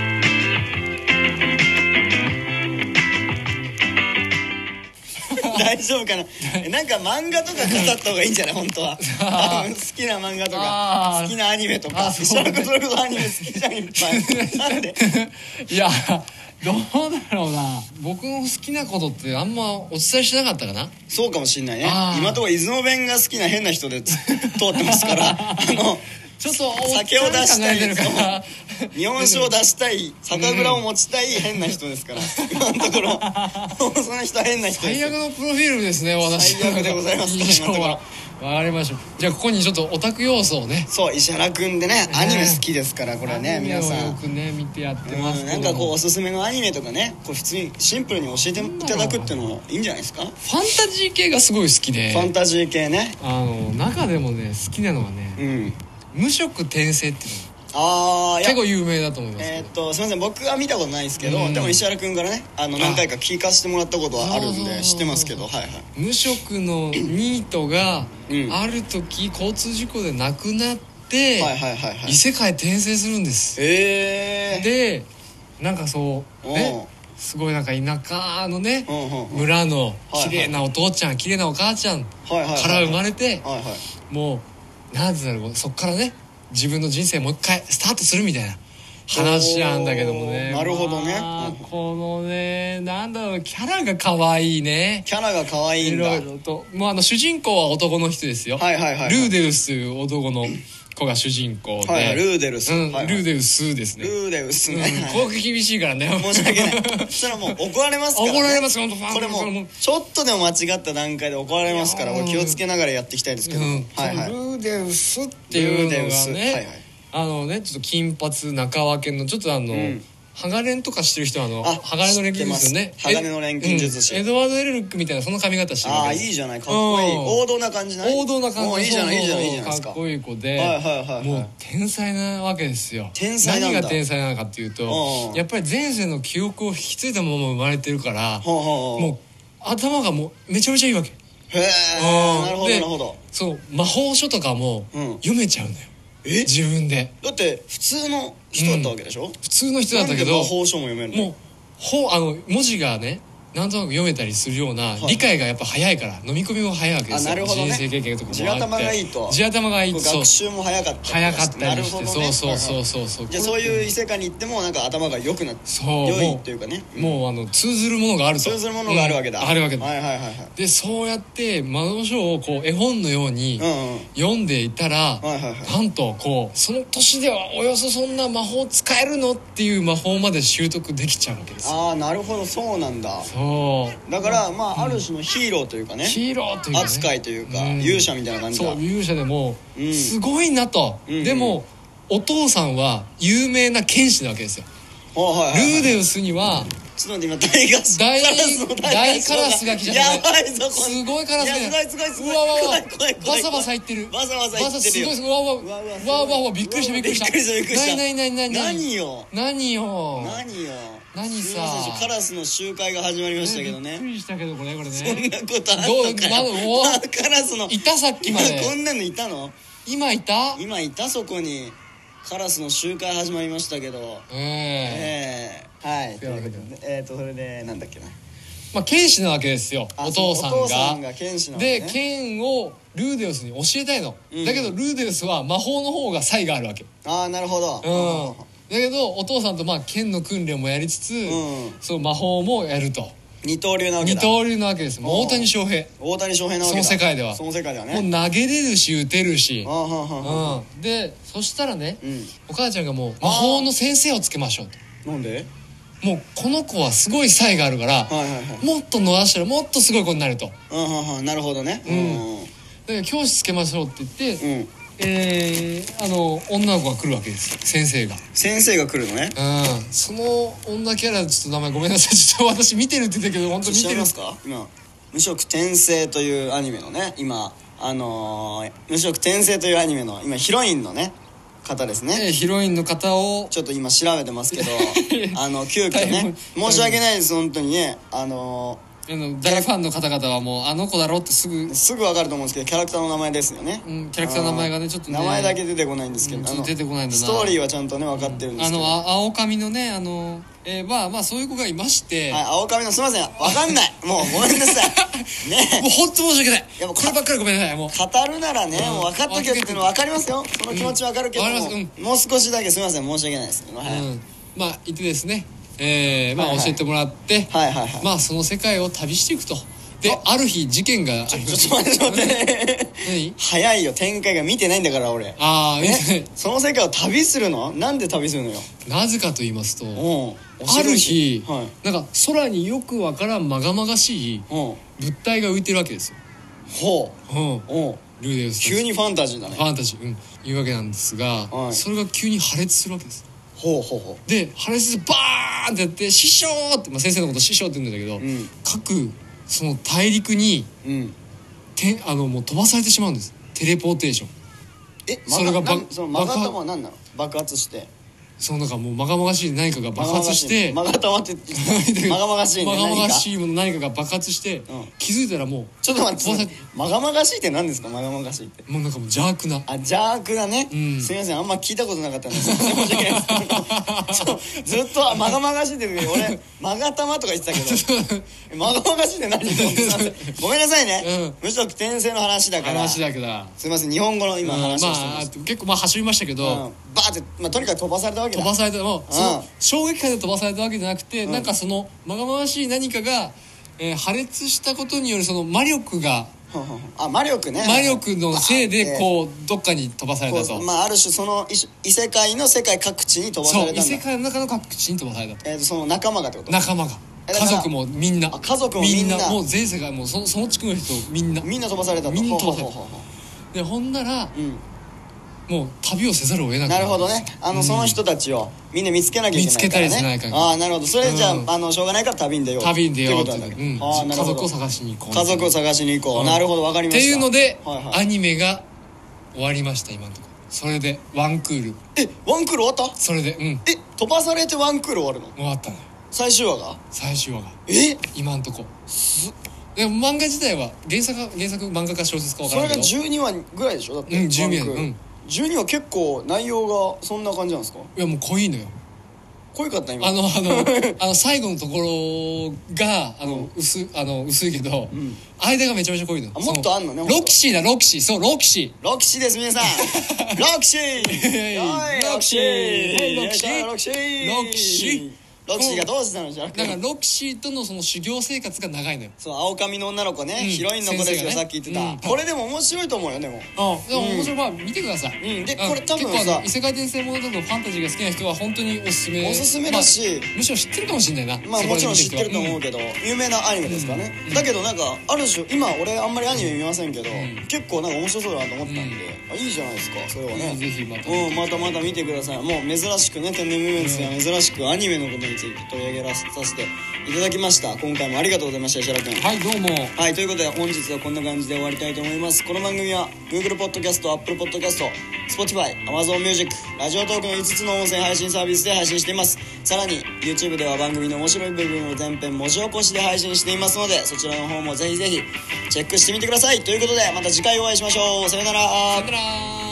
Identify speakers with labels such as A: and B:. A: 大丈夫かなえなんか漫画とか飾った方がいいんじゃない本 当は
B: あ
A: 多
B: ー
A: 分好きな漫画と
B: あ
A: か
B: ー
A: 好きなアニメとか
B: あ
A: そ
B: そう
A: れこそアニメ好きじゃんいっぱ いなんで
B: いやどうだろうな僕の好きなことってあんまお伝えしなかったかな
A: そうかもしんないね
B: あー
A: 今のところ出雲弁が好きな変な人でつ通ってますから あの
B: ちょっとお
A: 酒を出したい
B: 考えてるから
A: 日本酒を出したい酒蔵を持ちたい変な人ですから今のところも うその人は変な人です
B: 最悪のプロフィールですね私
A: 最悪でござい ます
B: 印象
A: 今の
B: は
A: と
B: わかりましたじゃあここにちょっとオタク要素をね
A: そう石原君でねアニメ好きですからこれはね
B: アニメ
A: 皆
B: を
A: さ
B: よ
A: ん
B: くね見てやってま
A: う
B: す
A: ん
B: け
A: な
B: ど
A: んかこうおすすめのアニメとかねこう普通にシンプルに教えていただくっていうのもいいんじゃないですか、
B: ファンタジー系がすごい好きで
A: ファンタジー系ね
B: あの中でもね好きなのはね
A: うん
B: 無色転生っていうの
A: ああ
B: が結構有名だと思います
A: えー
B: け
A: っとすみません僕は見たことないですけど、
B: うん
A: でも石原君からねあの何回か聞かせてもらったことはあるん
B: そうそうそ
A: で
B: う
A: 知ってますけどはいはい
B: ど無職のニートが
A: うん
B: ある時交通事故で亡くなって
A: はいはいはいはい
B: 異世界転生するんです
A: ええ
B: でなんかそう
A: おう
B: ねすごいなんか田舎のね
A: うんうんうん
B: 村の
A: はいはい
B: 綺麗なお父ちゃん綺麗なお母ちゃんか
A: はいはいはい
B: ら生まれて
A: はいはい
B: もうなんていうんだろうそっからね自分の人生もう一回スタートするみたいな話なんだけどもね
A: おーなるほどね
B: まあ
A: うん
B: このねなんだろうキャラが可愛いね
A: キャラが可愛い
B: い
A: んだは
B: ろ
A: い
B: いろともうあの主人公は男の人ですよ、
A: はいはいはい
B: ルーデウスという男の子が主人公で、
A: はいはいルーデルス、
B: うん
A: はいはい
B: ルーデウスですね
A: ルーデルス
B: うん
A: ね、
B: 攻撃厳しいからね
A: 申し訳ないそしたらもう怒られますから、ね、
B: 怒られますよ本当
A: これも
B: ファン
A: うちょっとでも間違った段階で怒られますから
B: いやー
A: もう気をつけながらやっていきたいですけど、
B: うん
A: はいはい
B: このルーデウスっていうのが
A: ルーデウ
B: ね、
A: スはいはい
B: あのねちょっと金髪中分けのちょっとあの、
A: ん
B: ハガレンとかしてる人はあの
A: あ
B: ハガレンの錬金術よね
A: 知ってます鋼の錬金術師
B: えうんエドワード・エルルックみたいなその髪型してる
A: ああ
B: わ
A: いい
B: けです
A: じゃないかっこいい
B: うん
A: 王道な感じない
B: 王道な感
A: もう
B: じ
A: いいじゃないいいじゃないいいじゃないですか
B: かっこいい子で、
A: はいはいはいはい
B: もう天才なわけですよ
A: 天才なんだ
B: 何が天才なのかっていう
A: うん
B: と
A: うん
B: やっぱり前世の記憶を引き継いだまま生まれてるから
A: ほうほうほう
B: もう頭がもうめちゃめちゃいいわけ
A: へえなるほど
B: で
A: なるほど
B: そう魔法書とかも
A: うん
B: 読めちゃうのよ、
A: え
B: 自分で
A: だって普通の人だったわけでしょ、
B: 普通の人だ
A: な
B: っ
A: ん
B: たけ
A: で
B: ど
A: 魔法書も読めるの
B: もうほあの文字がねなんとなく読めたりするような
A: はい
B: 理解がやっぱ早いから、飲み込みも早いわけですよ
A: あなるほどね
B: 人生経験とかもあって
A: 地頭がいいと
B: 地頭がいい
A: こう
B: そう
A: 学習も早かった
B: 早かったりして、
A: なるほど
B: そ
A: ね
B: うそうそう
A: はい
B: そうそう
A: はいじゃあそういう異世界に行ってもなんか頭が良くなって
B: そう
A: 良いっ
B: も
A: ていうかね
B: うもうあの通ずるものがあると
A: そういうものがあるわけだ、
B: うんあるわけだ、
A: はいはいはいはい
B: でそうやって魔導書をこう絵本のように
A: うんうん
B: 読んでいたら、
A: いはいはい
B: なんとこうその年ではおよそそんな魔法使えるのっていう魔法まで習得できちゃうわけですよ
A: ああなるほどそうなんだ
B: そう
A: だからまあある種のヒーローというかね
B: ヒーローというか、ね、
A: 扱いというか
B: うん
A: 勇者みたいな感じだ
B: そう
A: はい
B: 勇者でも
A: うん
B: すごいなと、
A: うん
B: でもお父さんは有名な剣士なわけですよ、
A: はいはい
B: ルーデウスには
A: ちょっと待って今大ガス
B: 大
A: 大
B: 大カラスが来ちゃった
A: やばいぞこれ
B: すごいカラス
A: いやすごいすごいすごいう
B: わわわ
A: 怖い怖い怖い
B: バサバサいってる
A: バサバサいってるよ
B: バサすごいわわわ
A: うわうわすごいう
B: わうわうわびっくりしたびっくりした
A: びっくりしたびっくりした
B: 何何何何
A: 何よ
B: 何よ
A: 何よ
B: 何さ
A: すいませんカラスの集会が始まりましたけど
B: びっく
A: ね
B: りしたけどこれこれ
A: そん
B: ね
A: なことあんのかよ
B: どうまだお
A: カラスの
B: いたさっきまで
A: こんなのいたの
B: 今いた
A: 今いたそこにカラスの集会始まりましたけど
B: ええ
A: ええはい
B: というわけで
A: えっとそれでなんだっけな
B: まあ剣士なわけですよ
A: あ
B: お父さんが
A: お父さんが剣士なの
B: で
A: ね
B: 剣をルーデウスに教えたいの、
A: うん
B: だけどルーデウスは魔法の方が才があるわけ
A: ああなるほど
B: うんだけどお父さんとまあ剣の訓練もやりつつ、
A: ん
B: そう魔法もやると
A: 二刀流なわけ
B: 二
A: だ
B: 刀流なわけですもう
A: おう
B: 大谷翔平
A: 大谷翔平なわ
B: そ
A: けだ
B: の世界では
A: その世界では
B: も
A: ね
B: う投げれるし打てるし
A: あ、あはあはあはあ
B: うん、でそしたらね、
A: うん
B: お母ちゃんがもう魔法の先生をつけましょうと
A: なんで
B: もうこの子はすごい才があるから、
A: はいはいはい
B: もっと伸ばしたらもっとすごい子になると
A: うんうんうんなるほどね
B: んだから教師つけましょうって言って、
A: うんうん
B: えーあの女の子が来るわけです先生が
A: 先生が来るのね
B: うんその女キャラちょっと名前ごめんなさいちょっと私見てるって言ったけど本当見
A: 知
B: て
A: って
B: る
A: ますか今「無職転生」というアニメのね今あのー無職転生」というアニメの今ヒロインのね方ですね
B: ねヒロインの方を
A: ちょっと今 調べてますけどあの急遽
B: 大変
A: ね申し訳ないです本当にねあのー
B: あの大ファンの方々はもうあの子だろってすぐ、うん、
A: すぐ分かると思うんですけどキャラクターの名前ですよね、
B: キャラクターの名前がねちょっとね
A: 名前だけ出てこないんですけ
B: うん
A: ど、あ
B: ちょっ
A: の
B: と出てこないんだな
A: ストーリーはちゃんとね分かってるんで
B: あ
A: すけど、
B: の
A: はい、
B: あ青髪のねあの、えーまあまあそういう子がいまして、
A: 青髪のすいません分かんないもうごめんなさ いね
B: もう本当申し訳ない
A: やもう
B: こればっかりごめんなさいもう
A: 語るならね、もう分かっとけよっていうの分かりますよその気持ち分かるけども、
B: うんわかります
A: もう少しだけすいません申し訳ないですけど、はい
B: うん、まあいてですね、えーまあ
A: はいはい
B: 教えてもらって、
A: はいはいはい
B: まあその世界を旅していくとである日事件がありま
A: ちょ
B: し
A: ったと待ってちょっと待 って
B: 何
A: 早いよ展開が見てないんだから俺
B: ああ
A: え その世界を旅するのなんで旅するのよ
B: なぜかと言いますと
A: うん
B: ある日、
A: はい
B: なんか空によくわからんまがまがしい
A: うん
B: 物体が浮いてるわけですよ、
A: ほ
B: うん、
A: ううん
B: ルーデウスたち
A: 急にファンタジーだね
B: ファンタジー、うん、いうわけなんですが、
A: はい
B: それが急に破裂するわけです
A: ほうほうほ
B: で破裂バーンってやって「師匠!」って、まあ、先生のこと「師匠」って言うんだけど、
A: ん
B: 各その大陸に
A: ううん
B: てあのもう飛ばされてしまうんですテレポーテーション
A: え
B: それがば
A: なんその曲がったもんは何なの爆発して
B: その中もうまがまがしい何かが爆発して
A: まがまがしい曲がったまって まがまがしいね
B: まがまが
A: 何か
B: しいもの何かが爆発して、
A: ん
B: 気づいたらも
A: ちょっと待ってまがまがしいって何ですかまがまがしいって
B: うもうなんかもう邪悪な
A: あ邪悪だね、
B: うん
A: すみませんあんま聞いたことなかったんです申し訳ないです ちょずっとあまがまがしいって俺まがたまとか言ってたけどまがまがしいって何と思ってたん ですごめんなさいね、無職転生の話だから
B: 話だけどだ
A: すみません日本語の今
B: うんま
A: 話をしてま
B: あ
A: す、
B: 結構まあ走りましたけ
A: うん
B: ど、
A: バーって、まあ、とにかく飛ばされたわけだ
B: 飛ばされたもうそ
A: うん
B: の衝撃波で飛ばされたわけじゃなくて、なんかそのまがまがしい何かが、えー破裂したことによるその魔力が
A: ほうほうほうあ魔力ね
B: 魔力のせいで
A: う
B: こうどっかに飛ばされた
A: こ
B: と
A: う、まあ、ある種その異異世界の世界各地に飛ばさ
B: そう
A: れ
B: 異
A: たん
B: 世
A: だ
B: 界の中の各地に飛ばされたと
A: えーとその仲間がってこと
B: 仲間が
A: えだか
B: 家
A: ら
B: 族もみんな
A: あ家族もみんな
B: もう全世界もうそのその地区の人みんな
A: みんな飛ばされたと
B: みんな飛ばされ
A: ほう
B: た
A: ほうほうほ
B: でほんなら
A: ううん
B: もう旅をせざるを得なく
A: な
B: な
A: るほどねあの、その人たちをみんな見つけなきゃいけないから、ね、
B: 見つけたりしないから
A: ああなるほどそれじゃあ,、
B: うん
A: あのしょうがないから旅に出よう
B: 旅に出よう
A: と
B: と
A: いうことなんだね
B: うん
A: ああな
B: 家
A: るほ
B: 族
A: ど
B: を探しに行こう
A: 家族を
B: し
A: 探しに行こう、
B: うん
A: なるほどわかり
B: っ
A: ま
B: て
A: した
B: いうので、
A: はいは
B: ア
A: い、
B: ニメが終わりました今のところそれでワンクール
A: えワンクール終わっ
B: それでうん
A: たえ飛ばされてワンクール終わるの
B: 終わったのよ
A: 最終話が
B: 最終話が
A: え
B: 今んとこでも漫画自体は原作は原作漫画か小説か分
A: そ
B: から
A: れ
B: ん
A: が
B: けどい
A: 12話ぐらいでしょだって、
B: うん12
A: ワ
B: 話
A: ンクール
B: うん
A: 12話結構内容がそんな感じなんですか
B: やもう濃いのよ
A: 濃いかった今
B: あのあの あの最後のところがあの薄あの薄いけど、
A: ん
B: 間がめちゃめちゃ濃いのよ
A: あもっと
B: そ
A: あんのね
B: ロキシーだロキシーそうロキシ
A: ロキシーです皆さん ロキシー
B: ー
A: おい
B: ロキシー
A: ロキシーロ
B: ロキシー
A: キシー
B: ロキシ
A: ロキシーがどうしたのじゃなく
B: ーだから
A: て
B: ロキシーとのその修行生活が長いのよ
A: そう青髪の女の子ね、
B: うん
A: ヒロインの子ですよ、
B: 先生がね
A: さっき言って
B: うん
A: た、これでも面白いと思うよでも
B: あでも面白い、まあ見てください、
A: うんでこれ多分さ
B: 結構あの異世界転生ものとかのファンタジーが好きな人は本当におすすめ
A: おすすめだし
B: まあむしろ知ってるかもしれないな
A: まあ
B: そ
A: もち
B: こで
A: ろん
B: 見
A: 知ってると思う
B: る人は
A: けど、有名なアニメですからね、
B: うん
A: だけどなんかある種今俺あんまりアニメ見ませんけど、
B: ん
A: 結構なんか面白そうだなと思ったんで、あいいじゃないですかそれはね、
B: うんぜひまた
A: うんまたまた見てくださいもう珍しくね天然ムーメンツでは珍しくアニメのことについて取り上げらさせていただきました今回もありがとうございました石原君
B: うんはいどうも
A: はい、ということで本日はこんな感じで終わりたいと思います。この番組は Google Podcast、Apple Podcast、Spotify、Amazon Music、ラジオトークの5つの音声配信サービスで配信しています。さらに YouTube では番組の面白い部分を全編文字起こしで配信していますので、そちらの方もぜひぜひチェックしてみてください。ということでまた次回お会いしましょう。さよなら
B: さよなら